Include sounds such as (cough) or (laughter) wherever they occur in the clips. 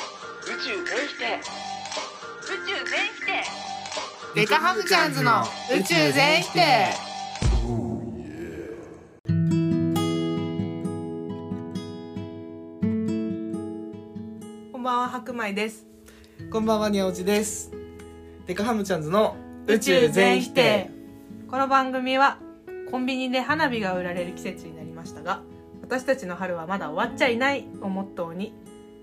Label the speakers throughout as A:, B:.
A: 宙全否定宇宙全否定
B: デカハムチャンズの宇宙全否定
C: こんばんは白米です。
D: こんばんはにゃおじですデカハムチャンズの
C: この番組はコンビニで花火が売られる季節になりましたが、私たちの春はまだ終わっちゃいないをモットーに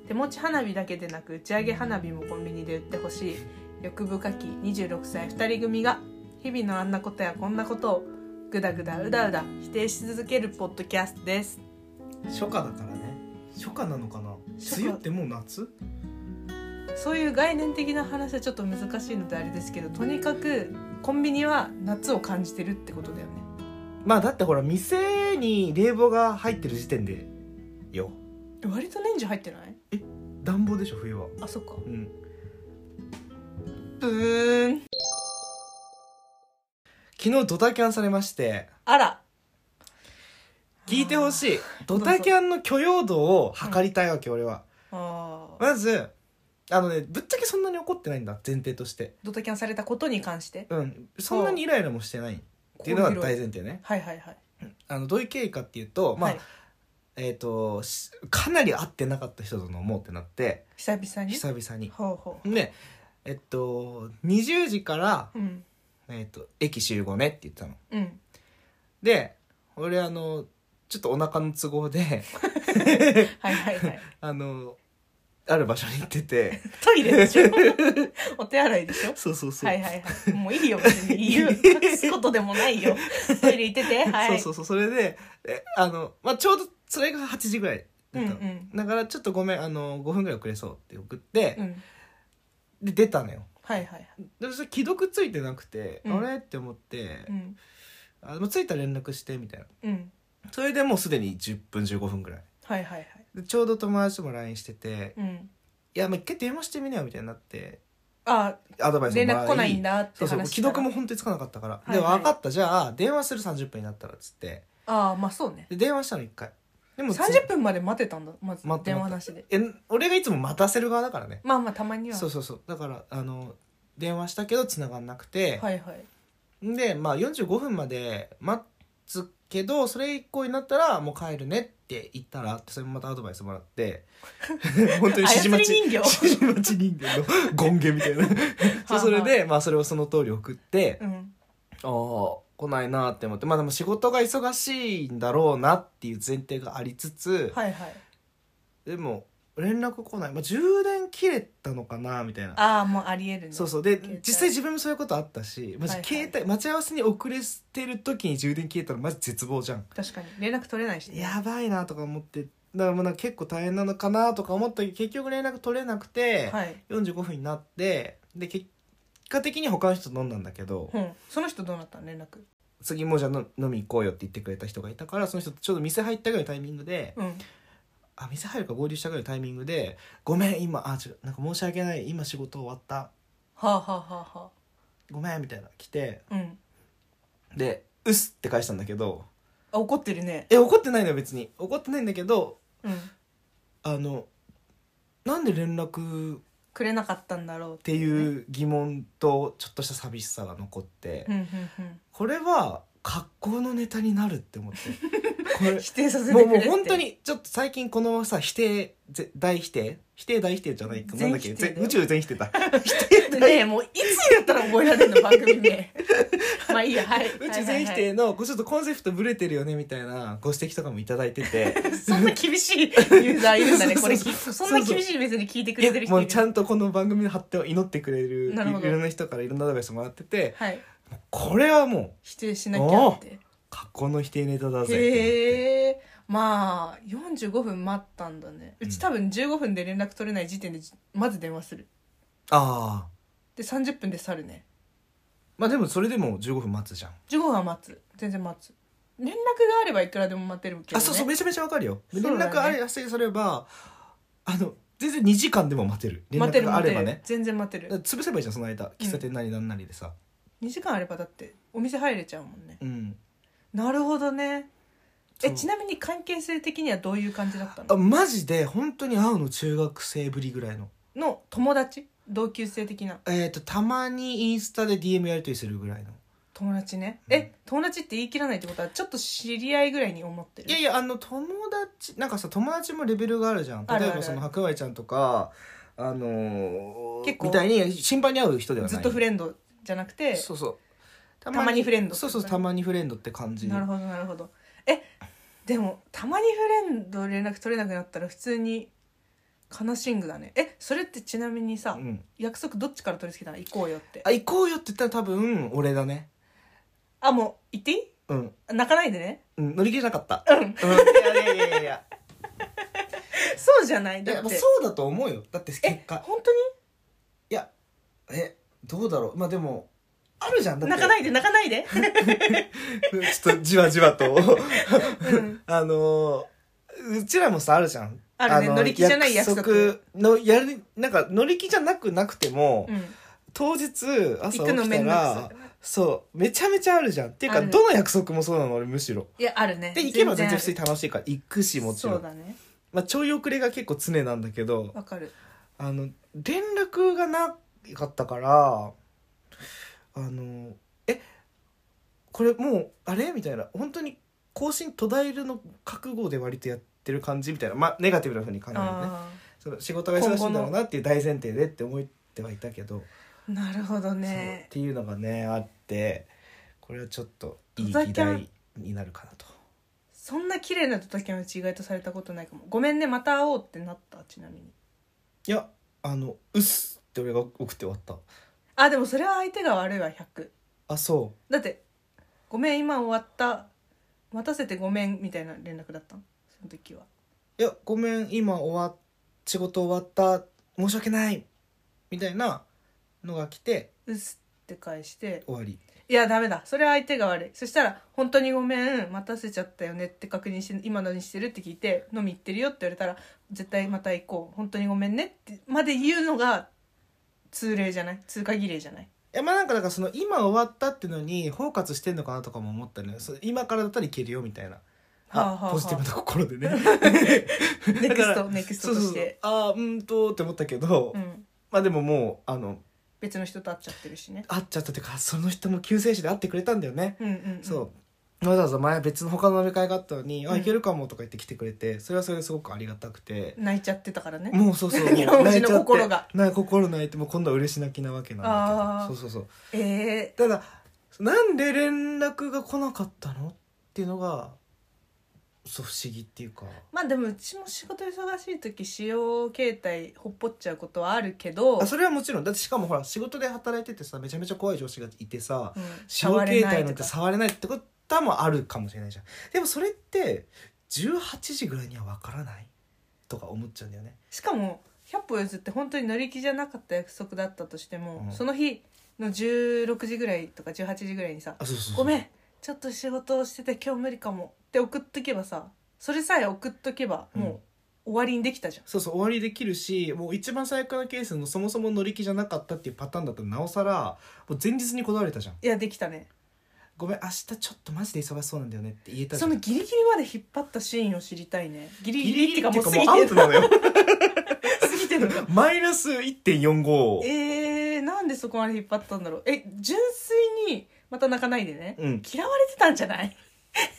C: 手持ち花火だけでなく打ち上げ花火もコンビニで売ってほしい欲深き26歳2人組が日々のあんなことやこんなことをぐだぐだうだうだ否定し続けるポッドキャストです。
D: 初夏だからね初夏なのかな
C: 初夏
D: 梅雨ってもう夏
C: そういう概念的な話はちょっと難しいのであれですけどとにかくコンビニは夏を感じてるってことだよね
D: まあだってほら店に冷房が入ってる時点でよ
C: 割と年中入ってない
D: 暖房でしょ冬は
C: あそっか
D: うん
C: ブーン
D: 昨日ドタキャンされまして
C: あら
D: 聞いてほしい
C: ど
D: ド
C: うぞ
D: タキャンの許容度を測りたいわけ俺は
C: あー
D: まずあのねぶっちゃけそんなに怒ってないんだ前提として
C: ドタキャンされたことに関して
D: うんそんなにイライラもしてないっていうのが大前提ね
C: はいはいはい
D: あのどういう経緯かっていうと、まあ
C: はい、
D: えー、としかなり会ってなかった人と飲もうってなって
C: 久々に
D: 久々に。
C: ほうほ
D: でえっと20時から、
C: ううん
D: えっと駅集合ねって言ってたの。
C: うん
D: で俺あのちょっとお腹の都合
C: (laughs)
D: で
C: はいは
D: (laughs)
C: いはい
D: あのある場所に行って
C: (laughs)
D: て
C: トイレでしょお手洗いでしょ
D: そうそうそう。
C: はいはいはいもういいよ別に言う隠すことでもないよトイレ行っ
D: (laughs)
C: ててはい
D: そううそうそうそれでえあの、まあ、ちょうどそれが8時ぐらいだったの、
C: うんうん
D: だからちょっとごめんあの5分ぐらい遅れそうって送って、
C: ん
D: で出たのよ
C: はいはいはい
D: でそれ既読ついてなくて、
C: うん
D: あれって思って、
C: うん
D: あもう着いたら連絡してみたいな
C: うん
D: それでもうすでに10分15分ぐらい
C: はいはいはい
D: でちょうど友達とも LINE してて「
C: うん
D: いやもう一回電話してみなよ」みたいになって
C: あ
D: アドバイスも
C: 連
D: もら
C: 絡来ないんだって
D: そう
C: 話
D: そう
C: した
D: 既
C: ら
D: 読も本当につかなかったから、
C: はいはい
D: で分かったじゃあ電話する30分になったらっつって
C: ああまあそうね
D: で電話したの一回でもつ
C: 30分まで待てたんだまず
D: 待って
C: 電話なしで
D: え俺がいつも待たせる側だからね
C: まあまあたまには
D: そうそうそうだからあの電話したけど繋がんなくて、
C: はいはい
D: でまあ45分まで待つけどそれ以降になったらもう帰るねって言ったらってそれもまたアドバイスもらって
C: (laughs)
D: 本当に指示待ち
C: 操り人形
D: 指示待ち人形の権限み
C: (laughs)
D: たいなそうそれでまあそれをその通り送って、
C: うん
D: ああ来ないなって思ってまあでも仕事が忙しいんだろうなっていう前提がありつつ、
C: はいはい
D: でも連絡来ない、まあ、充電切れたのかなみたいな
C: ああもうありえるね
D: そう
C: そ
D: そうで
C: 携帯
D: 実際自分もそういうことあったしマジ
C: はいはい
D: 携帯、待ち合わせに遅れてる時に充電切れたらマジ絶望じゃん
C: う確かに連絡取れないしね
D: やばいなとか思ってだからもうなんか結構大変なのかなとか思ったけど結局連絡取れなくて、
C: はい、
D: 45分になってで結果的に他の人と飲んだんだけど、
C: うん、その人どうなったの連絡
D: 次もうじゃあの飲み行こうよって言ってくれた人がいたからその人とちょうど店入ったぐらいのタイミングで、
C: うん
D: あ店入るか合流したぐらいのタイミングで「ごめん今あ違うなんか申し訳ない今仕事終わった
C: はあはあはあは
D: ごめん」みたいな来て
C: あうん
D: で「うっす」って返したんだけど
C: あ怒ってるね
D: え怒ってないのよ別に怒ってないんだけど
C: うん
D: あのなんで連絡っ
C: くれなかったんだろうって
D: いう疑問とちょっとした寂しさが残って、
C: うんうん
D: これは格好のネタになるって思ってこ
C: (laughs) うん否定させて
D: れ
C: く
D: も
C: れ
D: う
C: って
D: もう本当にちょっと最近このさ否定ぜ大否定否定大否定じゃないかなんだっけ
C: 全否定だよ
D: ぜ宇宙全否定だ
C: ねえもういつやったら覚えられるの番組
D: (laughs)
C: 名まあいいやはい
D: 宇宙全否定のこうちょっとコンセプトブレてるよねみたいなご指摘とかもいただいて
C: (laughs)
D: て
C: そんな厳しいユーザーいるんだね、これ。
D: そうそう
C: そ
D: そうん
C: な厳しい別に聞いてく
D: い
C: れ
D: や
C: てる人
D: も
C: いうる
D: ちゃんとこの番組の発展を祈ってくれるい
C: なるほど
D: ろんな人からいろんなアドバイスもらってて
C: はい。
D: これはもう
C: 否定しなきゃって。
D: 格好の否定ネタだぜ
C: へえ。まあ、45分待ったんだね。うち多分15分で連絡取れない時点で、まず電話する。
D: ああ
C: で、30分で去るね。
D: まあでもそれでも15分待つじゃん、
C: 15分は待つ。全然待つ。連絡があればいくらでも待てるけど、ね。
D: あそうそうめちゃめちゃわかるよ
C: そう
D: 連
C: だね
D: 絡あれさえすればあの全然2時間でも待てる連
C: 待て
D: 絡
C: る
D: があ
C: 待
D: れ
C: て
D: ば
C: る、
D: ね
C: 全然待て
D: だから
C: る。
D: 潰せばいいじゃんその間喫茶店なりなんなりでさ
C: 2時間あればだって、お店入れちゃうもんね。
D: うん
C: なるほどね。
D: そ
C: え、
D: う
C: ちなみに関係性的にはどういう感じだった
D: あ
C: の
D: マジで本当に会うの中学生ぶりぐらいの
C: の友達同級生的な
D: えっ、とたまにインスタで DM やり取りするぐらいの
C: 友達ね、
D: うん
C: え友達って言い切らないってことはちょっと知り合いぐらいに思ってる
D: いやいやあの友達なんかさ友達もレベルがあるじゃん
C: あ
D: 例
C: る
D: え
C: あ
D: ば
C: る
D: その白米ちゃんとかあのー
C: 結構
D: みたいに頻繁に会う人ではない
C: ずっとフレンドじゃなくて
D: そうそうた
C: まにフレンド
D: そうそうたまにフレンドって感じ
C: なるほどなるほどえでもたまにフレンド連絡取れなくなったら普通に悲しんぐだねえそれってちなみにさ、
D: うん、
C: 約束どっちから取り付けたの行こうよって
D: あ行こうよって言ったら多分俺だね
C: あもう行っていい
D: うん、
C: 泣かないでね
D: うん、乗り切れなかった
C: うん
D: うん、いやいやい
C: (laughs)
D: やいや
C: そうじゃない
D: いや
C: だ
D: やっ
C: っ
D: ぱ
C: て
D: そうだと思うよだって結
C: え
D: 果
C: 本当に
D: いやえどうだろうまあでもあるじゃんだって
C: 泣かないで泣かないで、
D: (laughs) ちょっとじわじわと (laughs)
C: うん、
D: あのーうちらもさあるじゃん
C: あるね
D: の
C: 乗り気じゃない約束
D: のやるなんか乗り気じゃなくなくても、 (laughs)
C: うん、
D: 当日朝
C: 行
D: 起
C: くの
D: き
C: め
D: た
C: んどくさ
D: らそうめちゃめちゃあるじゃんっていう
C: あ
D: か
C: る
D: どの約束もそうなの俺むしろ
C: いいやあるね
D: で行けば全然
C: ある
D: 普通に楽しいから行くしもちろ、
C: そうんだね
D: まあ、ちょい遅れが結構常なんだけど
C: わかる
D: あの連絡がなかったからあのえこれもうあれみたいな本当に更新途絶えるの覚悟で割とやってる感じみたいなまあネガティブなふうに考えるね
C: あ
D: その仕事が忙しいんだろうなっていう大前提でって思ってはいたけど、
C: ーなるほ
D: そ
C: ど
D: うっ
C: ね
D: ていうのがねあってこれはちょっといい
C: 戸
D: 議
C: 田キャン
D: 題になるかなと。
C: そんな綺麗な時のうち意外とされたことないかもごめんねまた会おうってなったちなみに
D: いやあの「うっす」って俺が送って終わった
C: あでもそれは相手が悪いわ100
D: あそ
C: だって「ごめん今終わった待たせてごめん」みたいな連絡だったのその時は
D: ういやごめん今終わっ仕事終わった申し訳ないみたいなのが来て
C: 「うっす」って返して
D: 終わり
C: 「いやダメだそれは相手が悪い」そしたら「本当にごめん待たせちゃったよね」って確認して「今何してる?」って聞いて「飲み行ってるよ」って言われたら「絶対また行こう本当にごめんね」ってまで言うのが通例じゃない通過儀礼じゃ (laughs) ない
D: いやまあなんかだからその今終わったってのに包括してんのかなとかも思ったねその今からだったらいけるよみたいなあ、
C: はあはあはあ
D: ポジティブな心で
C: (laughs)
D: ね
C: ネクス
D: だ
C: ト
D: か
C: ネクス
D: そ
C: ト
D: う
C: と
D: そう
C: し
D: そう
C: て
D: あーうーんとって思ったけど、
C: うん
D: まあでももうあの
C: 別の人と会っちゃってるしね
D: 会っちゃったっていうかその人も救世主で会ってくれたんだよね
C: うんうんうん
D: そうわざわざ前別の他の飲み会があったのに「
C: う
D: あ
C: ん
D: いけるかも」とか言って来てくれてそれはそれですごくありがたくて、
C: 泣いちゃってたからね
D: もうそうそうもう
C: (laughs) 日本人の
D: 泣いちゃって
C: 心が
D: ない心泣いてもう今度は嬉し泣きなわけなんだけど
C: あー
D: そうそうそう
C: ええ
D: ただなんで連絡が来なかったのっていうのがそう不思議っていうか
C: まあでもうちも仕事忙しい時使用形態ほっぽっちゃうことはあるけど、
D: あそれはもちろんだってしかもほら仕事で働いててさめちゃめちゃ怖い上司がいてさ、
C: うん
D: 使用形態なんて
C: 触
D: 触れないってこともあるかもしれないじゃんでもそれって18時ぐらいには分からないとか思っちゃうんだよね
C: しかも100歩譲って本当に乗り気じゃなかった約束だったとしても、
D: うん
C: その日の16時ぐらいとか18時ぐらいにさ
D: あそうそう
C: 「ごめ
D: ん
C: んちょっと仕事をしてて今日無理かも」って送っとけばさそれさえ送っとけば
D: うん
C: もう終わりにできたじゃん、
D: そうそう終わりできるしもう一番最悪のケースのそもそも乗り気じゃなかったっていうパターンだったらなおさらもう前日にこだわれたじゃん
C: いやできたね
D: ごめん明日ちょっとマジで忙しそうなんだよねって言えたじゃ
C: そ
D: ん
C: のギリギリまで引っ張ったシーンを知りたいねギリギリっていうかもう過
D: もう
C: ぎ
D: ア
C: て
D: ウ
C: る
D: ト
C: (laughs)
D: なのよ
C: 過ぎてるの
D: マイナス1.45
C: えー、なんでそこまで引っ張ったんだろうえ純粋にまた泣かないでね、
D: うん
C: 嫌われてたんじゃない (laughs)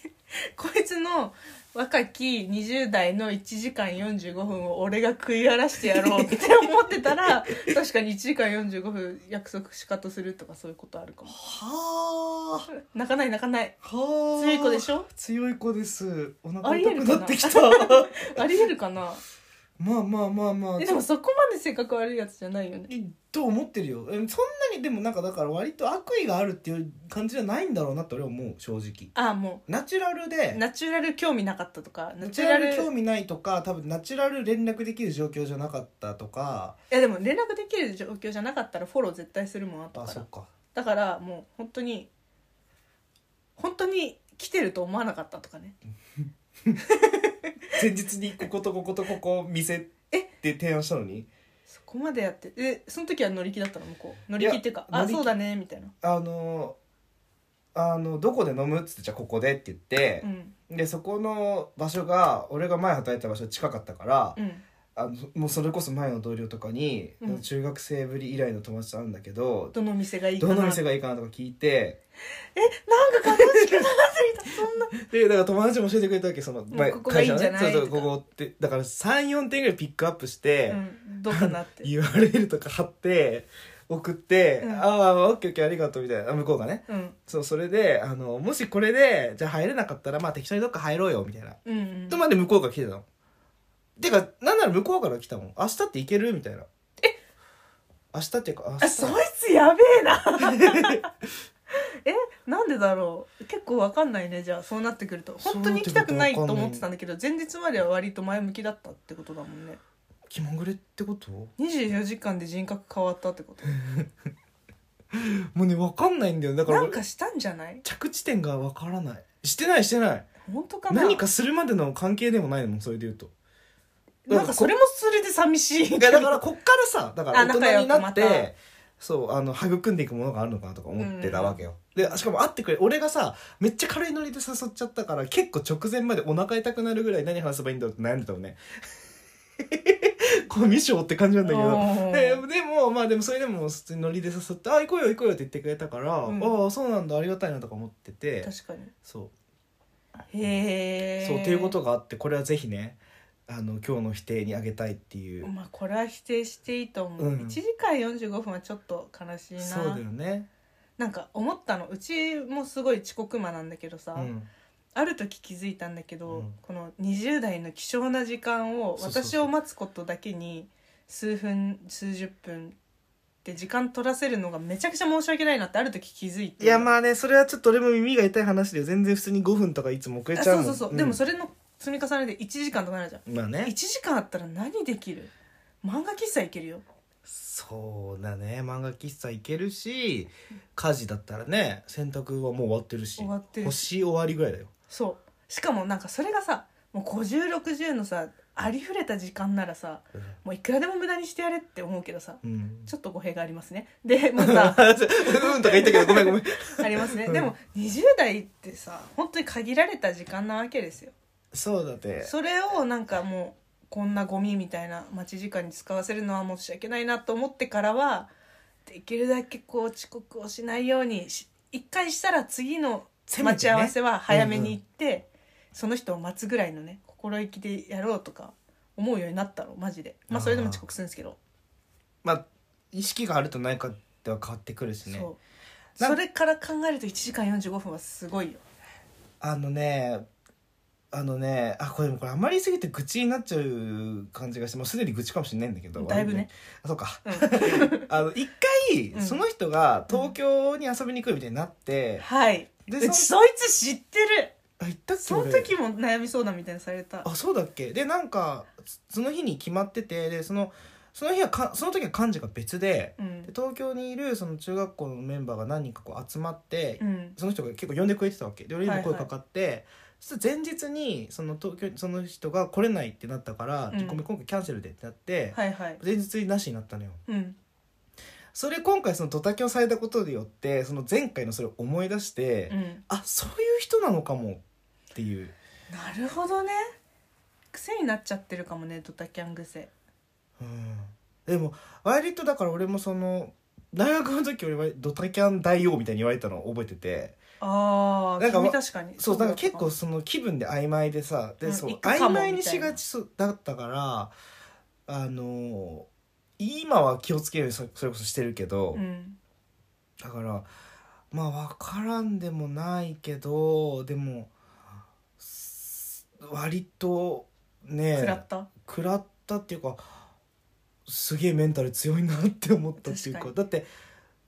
C: こいつの若き20代の1時間45分を俺が食い荒らしてやろうって思ってた
D: (laughs)
C: ら確かに1時間45分約束しかとするとかそういうことあるかも
D: はあ
C: 泣かない泣かない
D: はあ
C: 強い子でしょ
D: 強い子ですお
C: あ
D: 腹
C: りえ
D: 痛
C: る
D: く
C: か
D: な
C: な
D: ってきた
C: ありえるかな
D: まあまあまあまあ
C: えでもそこまで性格悪いやつじゃないよね
D: えと思ってるよえそんなにでもなんかだから割と悪意があるっていう感じじゃないんだろうなって俺は思う正直
C: ああも
D: ナチュラル
C: う
D: で
C: ナチュラル興味なかったとかナ
D: ナ
C: チ
D: チ
C: ュ
D: ュラ
C: ラ
D: ル
C: ル
D: 興味ないとか多分ナチュラル連絡できる状況じゃなかったとか
C: いやでも連絡できる状況じゃなかったらフォロー絶対するもん後
D: あ
C: か
D: そ
C: ら
D: っか
C: だからもう本当に本当に来てると思わなかったとかね
D: 前日にこことこことここ店って提案したのに
C: そこまでやってでその時は乗り気だったの向こう乗り気っていうか「
D: いや乗
C: あ
D: り気
C: そうだね」みたいな
D: あのあのどこで飲むっつってじゃあここでって言って
C: う、ん
D: でそこの場所が俺が前働いてた場所近かったから、
C: うん
D: あのもうそれこそ前の同僚とかに、
C: うん
D: 中学生ぶり以来の友達と会うんだけど、
C: どの店がいいか
D: ど
C: な
D: の店がいいかなとか聞いて
C: なんか楽しく
D: (laughs)
C: なさすぎたそんな
D: でだから友達も教えてくれたわけその前
C: ここがいいんじゃない
D: 会社のねそうそ
C: と
D: う
C: か
D: ここってだから34点ぐらいピックアップして、
C: うん、どうか
D: (laughs)
C: なって
D: URL とか貼って送って「
C: うん
D: ああオッケーオッケーありがとう」みたいな向こうがね
C: うん
D: そうそれであのもしこれでじゃあ入れなかったらまあ適当にどっか入ろうよみたいな
C: うんうん
D: とまで向こうから来てたのてかなんなら向こうから来たもん明日って行けるみたいなえ明日っていうか明日
C: あそいつやべえな (laughs) えなんでだろう結構わかんないねじゃあそうなってくると本当に行きたくないと思ってたんだけど前日までは割と前向きだったってことだもんね
D: 気まぐれってことも
C: 24時間で人格変わったってこと
D: うね分かんないんだよだから
C: なんかしたんじゃない
D: 着地点が分からないしてないしてない
C: 本当かな
D: 何かするまでの関係でもないもんそれで言うと
C: なんかそれもそれで寂しい
D: いやだからこっからさだから
C: あ
D: 大人になっ
C: 仲良くま
D: てそうあの育んでいくものがあるのかなとか思ってたわけよ、でしかも会ってくれ俺がさめっちゃ軽いノリで誘っちゃったから結構直前までお腹痛くなるぐらい何話せばいいんだろうって悩んでたもんね (laughs) コミュ障って感じなんだけど
C: おー
D: ででもまあでもそれでも普通にノリで誘って「あ行こうよ行こうよ」って言ってくれたから「
C: うん
D: ああそうなんだありがたいな」とか思ってて
C: 確かに
D: そう
C: へえ
D: そうっていうことがあってこれはぜひねあの今日の否定にあげたいっていう、
C: まあこれは否定していいと思う、
D: うん
C: 1時間45分はちょっと悲しいな
D: そうだよね、
C: なんか思ったのうちもすごい遅刻魔なんだけどさ、
D: うん、
C: ある時気づいたんだけど、
D: うん
C: この20代の希少な時間を
D: そうそうそ
C: 私
D: う
C: を待つことだけに数分数十分って時間取らせるのがめちゃくちゃ申し訳ないなってある時気づいて
D: いやまあねそれはちょっと俺も耳が痛い話で全然普通に5分とかいつも遅れ
C: あ
D: ちゃうも
C: そうんそうそう、
D: ん
C: でもそれの積み重ねで1時間とかなるじゃん
D: まあ
C: 1
D: ね
C: 時間あったら何できる漫画喫茶いけるよ
D: そうだね漫画喫茶行けるし家事だったらね洗濯はもう終わってるし
C: 終わってるし
D: 星終わりぐらいだよ
C: そうしかもなんかそれがさもう5060のさありふれた時間ならさもういくらでも無駄にしてやれって思うけどさ
D: うん
C: ちょっと語弊がありますねでもうさ
D: うんとか言ったけどごめんごめん
C: ありますね、
D: うん
C: でも20代ってさ本当に限られた時間なわけですよ
D: (laughs) そうだって
C: それをなんかもうこんなゴミみたいな待ち時間に使わせるのは申し訳ないなと思ってからはできるだけこう遅刻をしないようにし一回したら次の
D: せめてね
C: 待ち合わせは早めに行ってその人を待つぐらいのね心意気でやろうとか思うようになったのマジでまあそれでも遅刻するんですけど、
D: まあ意識があるとないかでは変わってくるしね
C: そう
D: なん
C: それから考えると1時間45分はすごいよ
D: あのねあのねあこれでもこれあまり言い過ぎて愚痴になっちゃう感じがしてもうすでに愚痴かもしれないんだけど
C: だいぶね
D: あそうか、
C: うん
D: (laughs) あの一
C: う
D: 回
C: ん
D: その人が東京に遊びに来るみたいになって、
C: はい
D: で
C: うち
D: そ
C: そいつ知ってる
D: あ行ったっけ
C: その
D: 俺
C: 時も悩み相談みたいにされた
D: あそうだっけでなんかそその日に決まっててでそのその日はかその時は幹事が別で
C: う
D: で
C: ん
D: 東京にいるその中学校のメンバーが何人かこう集まって、
C: うん
D: その人が結構呼んでくれてたわけで俺にも
C: はいはい
D: 声かかって、そしたら前日にその東京その人が来れないってなったから「
C: うん
D: ごめん今回キャンセルで」ってなって、
C: はいはい
D: 前日になしになったのよ
C: うん
D: それ今回そのドタキャンされたことによってその前回のそれを思い出して、
C: うん
D: あそういう人なのかもっていう
C: なるほどね癖になっちゃってるかもねドタキャン癖
D: うんでも割とだから俺もその大学の時俺はドタキャン大王みたいに言われたのを覚えてて
C: ああ
D: なんか
C: 君確かに
D: そうだから
C: だった
D: 結構その気分で曖昧でさで、
C: うん
D: そう
C: 行くか
D: 曖
C: も
D: 昧にしがちそうだったからあの今は気をつけるようにそそれこそしてるけど、
C: うん
D: だからまあ分からんでもないけどでもす割とね
C: 食らった
D: 食らったっていうかすげえメンタル強いなって思ったっていうか
C: 確かに
D: だって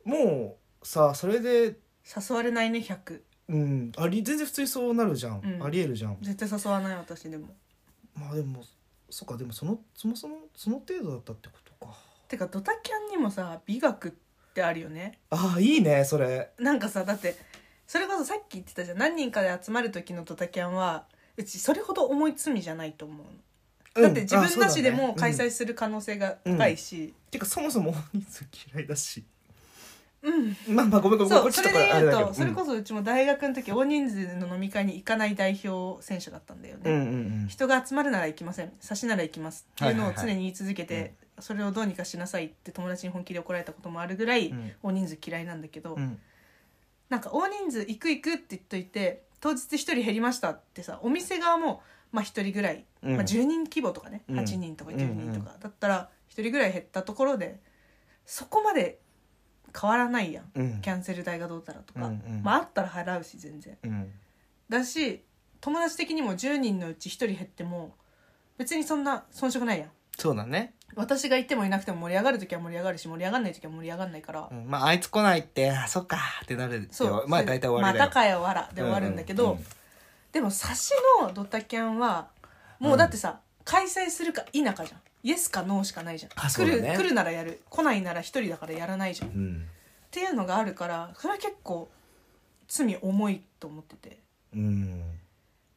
D: もうさそれで、
C: 誘われないね100
D: うん、あり全然普通にそうなるじゃん、
C: うん
D: ありえるじゃん。
C: 絶対誘わない私でも
D: まあでもそっかでもそのそもそもその程度だったってことか
C: てかドタキャンにもさ美学ってあるよね
D: ああいいねそれ
C: なんかさだってそれこそさっき言ってたじゃん何人かで集まる時のドタキャンはうちそれほど重い罪じゃないと思うのだって自分なしで
D: うんあそ
C: も開
D: うだね (laughs)
C: 催する可能性が高いし、
D: うんてかそもそも大人数嫌いだし
C: うん
D: まあまあごめんごめん
C: そ
D: こっ
C: う
D: ち
C: そ
D: と
C: れ
D: か
C: で
D: あ
C: 言
D: れ
C: う
D: だけど
C: とそれこそうちも大学の時大人数の飲み会に行かない代表選手だったんだよ
D: うん
C: ね、
D: うんうん
C: 人が集まるなら行きません差しなら行きますっていうのを常に言い続けて、
D: はいはい
C: それをどうにかしなさいって友達に本気で怒られたこともあるぐらい、
D: うん
C: 大人数嫌いなんだけど、
D: うん
C: なんか大人数行く行くって言っといて当日一人減りましたってさお店側もまあ一人ぐらい、
D: うん
C: まあ、10人規模とかね、
D: うん
C: 8人とか9人とか、だったら一人ぐらい減ったところでそこまで変わらないやん
D: うん
C: キャンセル代がどうたらとか、
D: うんうん
C: まああったら払うし全然
D: うん
C: だし友達的にも10人のうち1人減っても別にそんな遜色ないやん
D: そうだね、
C: 私がいてもいなくても盛り上がる時は盛り上がるし盛り上がんない時は盛り上がんないから、
D: うんまああいつ来ないってあそっかってなる
C: そう
D: まあ大体終わりだ
C: ま
D: よ、
C: たかよわらで終わるんだけど、
D: うんうん
C: でもサシのドタキャンはもうだってさ、開催するか否かじゃんイエスかノーしかないじゃ
D: あ
C: ん、
D: そう
C: 来
D: だ
C: る
D: ね
C: 来るならやる来ないなら一人だからやらないじゃんっ
D: うん
C: ていうのがあるからそれは結構罪重いと思ってて
D: うん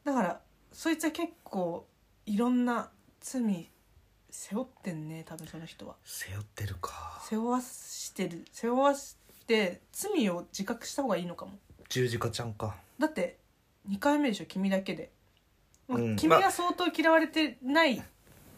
C: だからそいつは結構いろんな罪背負ってんね多分その人は
D: 背負ってるか
C: 背負わしてる背負わして罪を自覚した方がいいのかも
D: 十字架ちゃんか
C: だって2回目でしょ君だけで、まあ
D: うん
C: 君が相当嫌われてない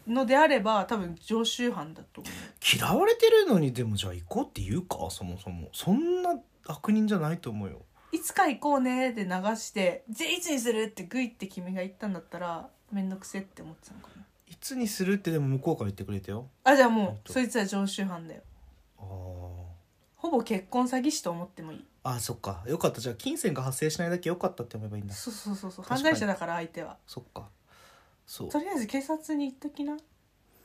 C: のであれば多分常習犯だと思
D: 嫌われてるのにでもじゃあ行こうって言うかそもそもそんな悪人じゃないと思うよ
C: ういつか行こうねで流して「じゃあいつにする?」ってグイって君が言ったんだったら面倒くせって思ってたのかない
D: つにするってでも向こうから言ってくれたよ
C: あじゃあも
D: 本
C: う
D: 当
C: そいつは常習犯だよ
D: あ
C: ほぼ結婚詐欺師と思ってもいい
D: ーあそっかよかったじゃあ金銭が発生しないだけよかったって思えばいいんだ
C: そうそうそうそう
D: 確か
C: 犯
D: に
C: 罪者だから相手は
D: そっかそう
C: とりあえず警察に行っときな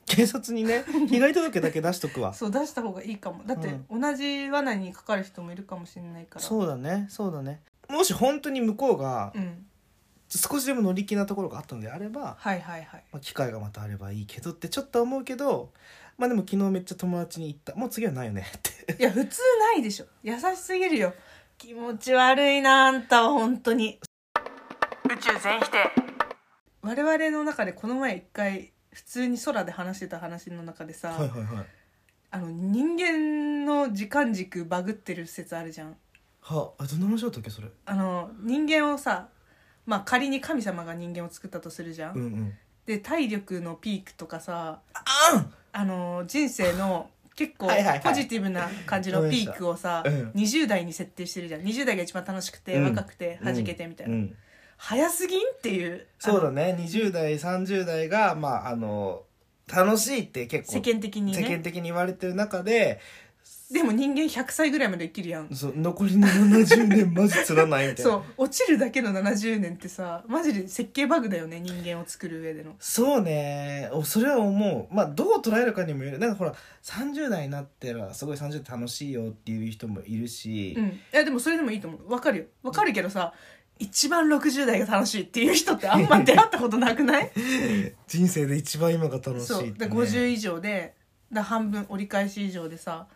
D: 警察に
C: (laughs)
D: ね被害届だけ出しとくわ
C: そう出した方がいいかもだって同じ罠にかかる人もいるかもしれないから
D: そうだねそうだねもし本当に向こうが
C: うん
D: 少しでも乗り気なところがあったのであれば、
C: はいはいはい
D: まあ、機会がまたあればいいけどってちょっとは思うけどまあでも昨日めっちゃ友達に言ったもう次はないよねって
C: いや普通ないでしょ優しすぎるよ気持ち悪いなあんたは本当に
A: 宇宙全否定
C: 我々の中でこの前一回普通に空で話してた話の中でさ、
D: はいはい
C: あの人間の時間軸バグってる説あるじゃん
D: はあどんな話だったっけそれ
C: あの人間をさまあ仮に神様が人間を作ったとするじゃん、
D: うんうん
C: で体力のピークとかさ
D: あん
C: あの人生の結構
D: はいはいはい
C: ポジティブな感じのピークをさ、
D: うん
C: 20代に設定してるじゃん20代が一番楽しくて、
D: うん
C: 若くて弾けてみたいな、
D: うん
C: 早すぎんっていう
D: そうだね20代30代がまああの楽しいって結構
C: 世間的に
D: 世間
C: ね
D: 的に言われてる中で
C: でも人間100歳ぐらいまで生きるやん
D: そう残りの70年マジつらないみたいな
C: そう落ちるだけの70年ってさマジで設計バグだよね人間を作る上での
D: そうねおそれは思うまあどう捉えるかにもよるなんかほら30代になったらすごい30代楽しいよっていう人もいるし、
C: うんいやでもそれでもいいと思うわかるよわかるけどさ一番60代が楽しいっていう人ってあんま出会ったことなくない
D: 人生で一番今が楽し
C: そ
D: いって
C: う
D: ね、
C: だから50以上でだ半分折り返し以上でさ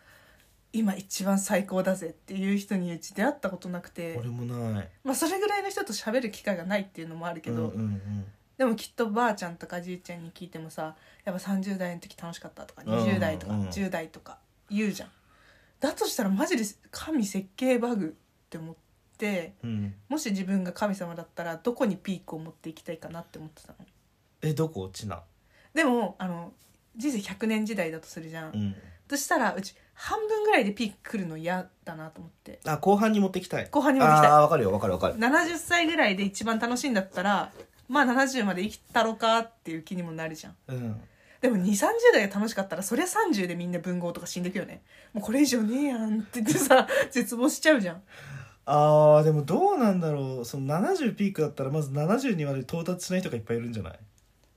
C: 今一番最高だぜっていう人にうち出会ったことなくて
D: 俺、もない
C: まあ、それぐらいの人と喋る機会がないっていうのもあるけ
D: う
C: ど、
D: んうん
C: でもきっとばあちゃんとかじいちゃんに聞いてもさやっぱ30代の時楽しかったとか
D: うん
C: 20代とか
D: うん
C: 10代とか言うじゃんだとしたらマジで神設計バグって思って
D: うんうん
C: もし自分が神様だったらどこにピークを持っていきたいかなって思ってたの
D: えどこちな
C: でもあの人生100年時代だとするじゃん、
D: うん
C: そしたらうち半分ぐらいでピーク来るの嫌だなと思って
D: あ後半に持ってきたい
C: 後半に持ってきたい
D: あーわかるよわかるわかる
C: 70歳ぐらいで一番楽しいんだったらまあ70まで生きたろかっていう気にもなるじゃん
D: うん
C: でも2 3 0代が楽しかったらそりゃ30でみんな文豪とか死んでくよねもうこれ以上ねえやんって言ってさ (laughs) 絶望しちゃうじゃん
D: あーでもどうなんだろうその70ピークだったらまず70にまで到達しない人がいっぱいいるんじゃない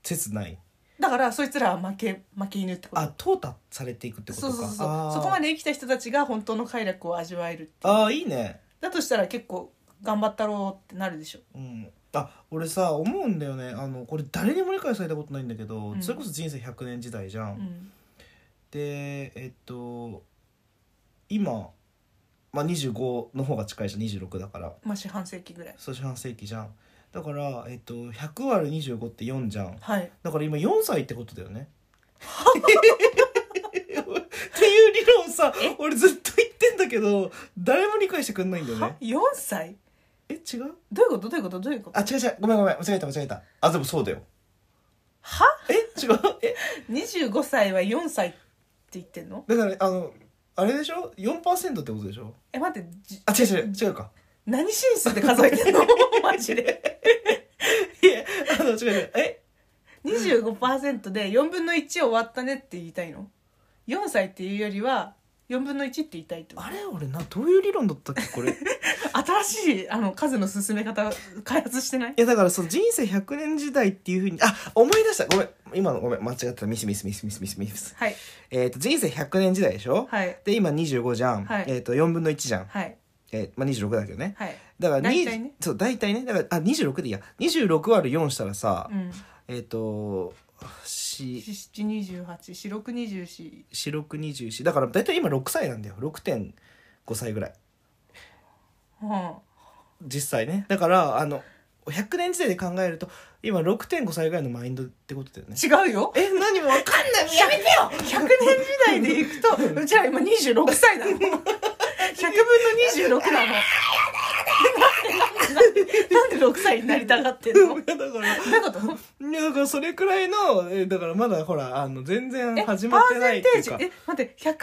D: 説ない
C: だからそいつらは負け負け犬ってこと
D: あ淘汰されていくってことか
C: そうそうそうそ
D: あー
C: うそこまで生きた人たちが本当の快楽を味わえるっていう
D: ああいいね
C: だとしたら結構頑張ったろうってなるでしょ
D: うんあ俺さ思うんだよねあのこれ誰にも理解されたことないんだけど、
C: うん
D: それこそ人生100年時代じゃん、
C: うん
D: でえっと今、まあ、25の方が近いじゃん26だから
C: まあ四半世紀ぐらい
D: そう四半世紀じゃんだから、えっと、100割る25って4じゃん
C: はい
D: だから今4歳ってことだよ
C: (laughs)
D: ねっていう理論さ俺ずっと言ってんだけど誰も理解してくんないんだよ
C: は
D: ね
C: 4歳
D: え違う
C: どういうことどういうことどういうこと
D: あ違う違うごめんごめん間違えた間違えたあでもそうだよ
C: は
D: え違うえ
C: 25歳は4歳って言ってんの
D: だからあのあれでしょ4%ってことでしょ
C: え待ってじ
D: あ違う違う違うか
C: 何進数で数えてんの (laughs) マジで
D: いやあの違う違うえ
C: 25%で4分の1終わったねって言いたいの4歳っていうよりは4分の1って言いたいってこと
D: あれ俺などういう理論だったっけこれい
C: 新しいあの数の進め方開発してない
D: やだからその人生100年時代っていうふうにあ思い出したごめん今のごめん間違ってたミスミスミスミスミスミス
C: はい
D: えっ、と人生100年時代でしょ、
C: はい
D: で今25じゃん、
C: はい
D: えっと4分の1じゃん、
C: はい
D: えーまあ、26だけどね
C: はい
D: だからに
C: 大体ね
D: そう大体ねだからあ26でいいや26割る4したらさ、
C: うん
D: えっ、と4
C: 47284624
D: 4 6 2 4だから大体今6歳なんだよ6.5歳ぐらい
C: は
D: 実際ねだからあの100年時代で考えると今6.5歳ぐらいのマインドってことだよね
C: あ違うよ
D: え何も分かんない (laughs)
C: やめてよ !100 年時代でいくと、うちら今26歳なの。100分の26なの。なんで、なんで、なんで6歳になりたがってんのどういう
D: だから
C: こと
D: いやだからそれくらいのえだからまだほらあの全然
C: え、パー
D: 始
C: セン
D: まってないって
C: テ
D: い
C: ー
D: う
C: ジ
D: か、
C: え、待って、100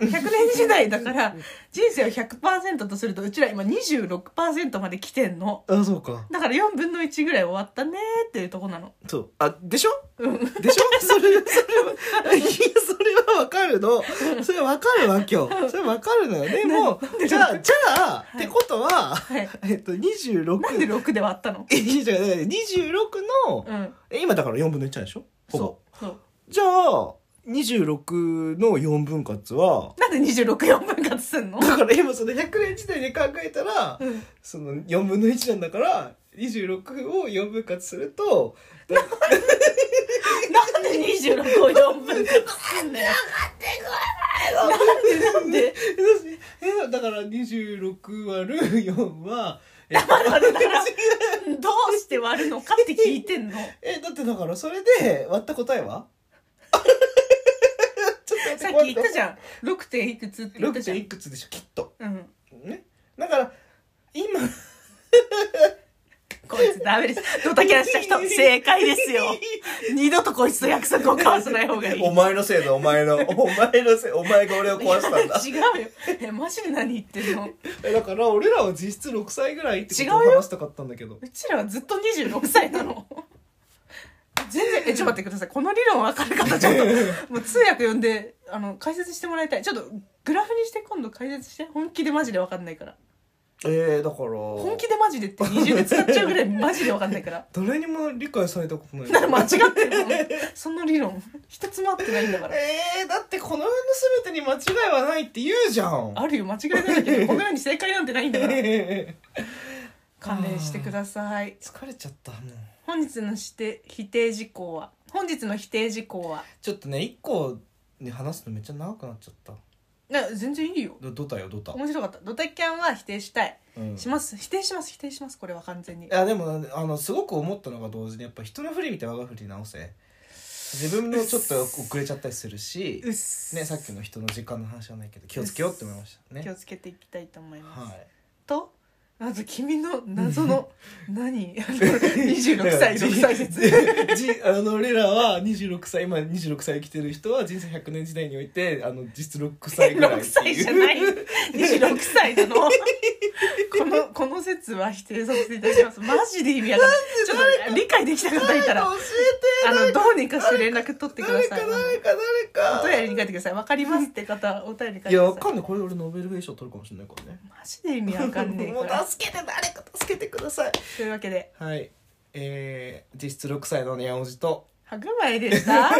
C: 歳、100年時代だから、人生を100%とすると、うちら今26%まで来てんの。
D: あそうか
C: だから4分の1ぐらい終わったねーっていうとこなの。
D: そうあでしょ、でしょそれそれはい (laughs) やそれは分かるのそれは分かるわ今日それ分かるのよでもじゃあじゃあ、ってことは、
C: い
D: (laughs) えっと26
C: なんで6で割ったの
D: (laughs) え違う違う26の、
C: うん。
D: え今だから4分の1なんでしょほぼ
C: そう。そう。
D: じゃあ、26の4分割は、
C: なんで26、4分割すんの
D: だから今その100年時代で考えたら、
C: うん
D: その4分の1なんだから、26を4分割すると、
C: なんで26を4分で作んだよ。なんでなんで
D: えだから26割る4は、え
C: だからどうして割るのかって聞いて
D: (laughs)
C: んの。
D: え、だってだからそれで割った答えは (laughs) ちょっと
C: さ
D: 待
C: っ
D: って
C: き言ったじゃん。6点いくつって言ったじゃ
D: 6. い
C: ん。
D: くつでしょ、きっと。
C: うん。
D: ね。だから、今、
C: こいつダメです。ドタキャンした人、正解です
D: (laughs)
C: よ。二度とこいつと約束を交わさない方がい
D: (laughs)
C: い。
D: お前のせいだ、お前 (laughs) の。お前のせい、お前が俺を壊したんだ。
C: 違うよ。え、マジで何言ってるの
D: えだから俺らは実質6歳ぐらいってことを
C: 違うよ
D: 話したかったんだけど (laughs)
C: うちらはずっと26歳なの。全然、え、ちょっと待ってください。この理論分かる方、ちょっと、もう通訳呼んで、あの、解説してもらいたい。ちょっと、グラフにして今度解説して。本気でマジで分かんないから。
D: えー、だから
C: 本気でマジでって20で使っちゃうぐらいマジで分かんな
D: (laughs)
C: いから。
D: 誰にも理解されたことない
C: なら間違ってるの。その理論、一つも合ってないんだから。
D: えー、だってこの世の全てに間違いはないって言うじゃん (laughs)
C: あるよ、間違いないんだけど、このように正解なんてないんだから。
D: え
C: 勘弁してください。
D: ー疲れちゃったもう
C: 本日の否定否定事項は、本日の否定事項は、
D: ちょっとね1個に話すのめっちゃ長くなっちゃった
C: な全然いいよ。
D: どドタよドタ、
C: 面白かったドタキャンは否定したい
D: うん、
C: します否定します否定しますこれは完全に
D: いやでもあのすごく思ったのが同時にやっぱ人の振り見て我が振り直せ自分もちょっと遅れちゃったりするし
C: (laughs) うっす
D: ね、さっきの人の時間の話はないけど気をつけようって思いましたね
C: 気をつけていきたいと思います、
D: はい
C: とあと君の謎
D: (laughs)
C: の何あの26歳
D: だから
C: 6歳説
D: じじ (laughs) あの俺らは26歳今26歳生きてる人は人生100年時代においてあの実6歳ぐらい
C: 6
D: ってう
C: 歳じ
D: (laughs)
C: ゃない26歳なの (laughs) こ (laughs) のこの説は否定させていただきますマジで意味わかんないちょっと理解できた方いたら
D: 教
C: あのどうにかして連絡取って
D: えて
C: くだ
D: 誰
C: さ
D: か
C: い
D: 誰か
C: お
D: 誰
C: 便りに書いてくださいわかりますって方お便りに書いてく
D: か
C: ださい
D: いやわかんないこれで俺ノーベル平賞取るかもしれないからね
C: マジで意味わかんねえ
D: も
C: か
D: う
C: ら。
D: 助けて誰か助けてください
C: というわけで、
D: はいえー、実質6歳のねやおじと
C: 白米でした。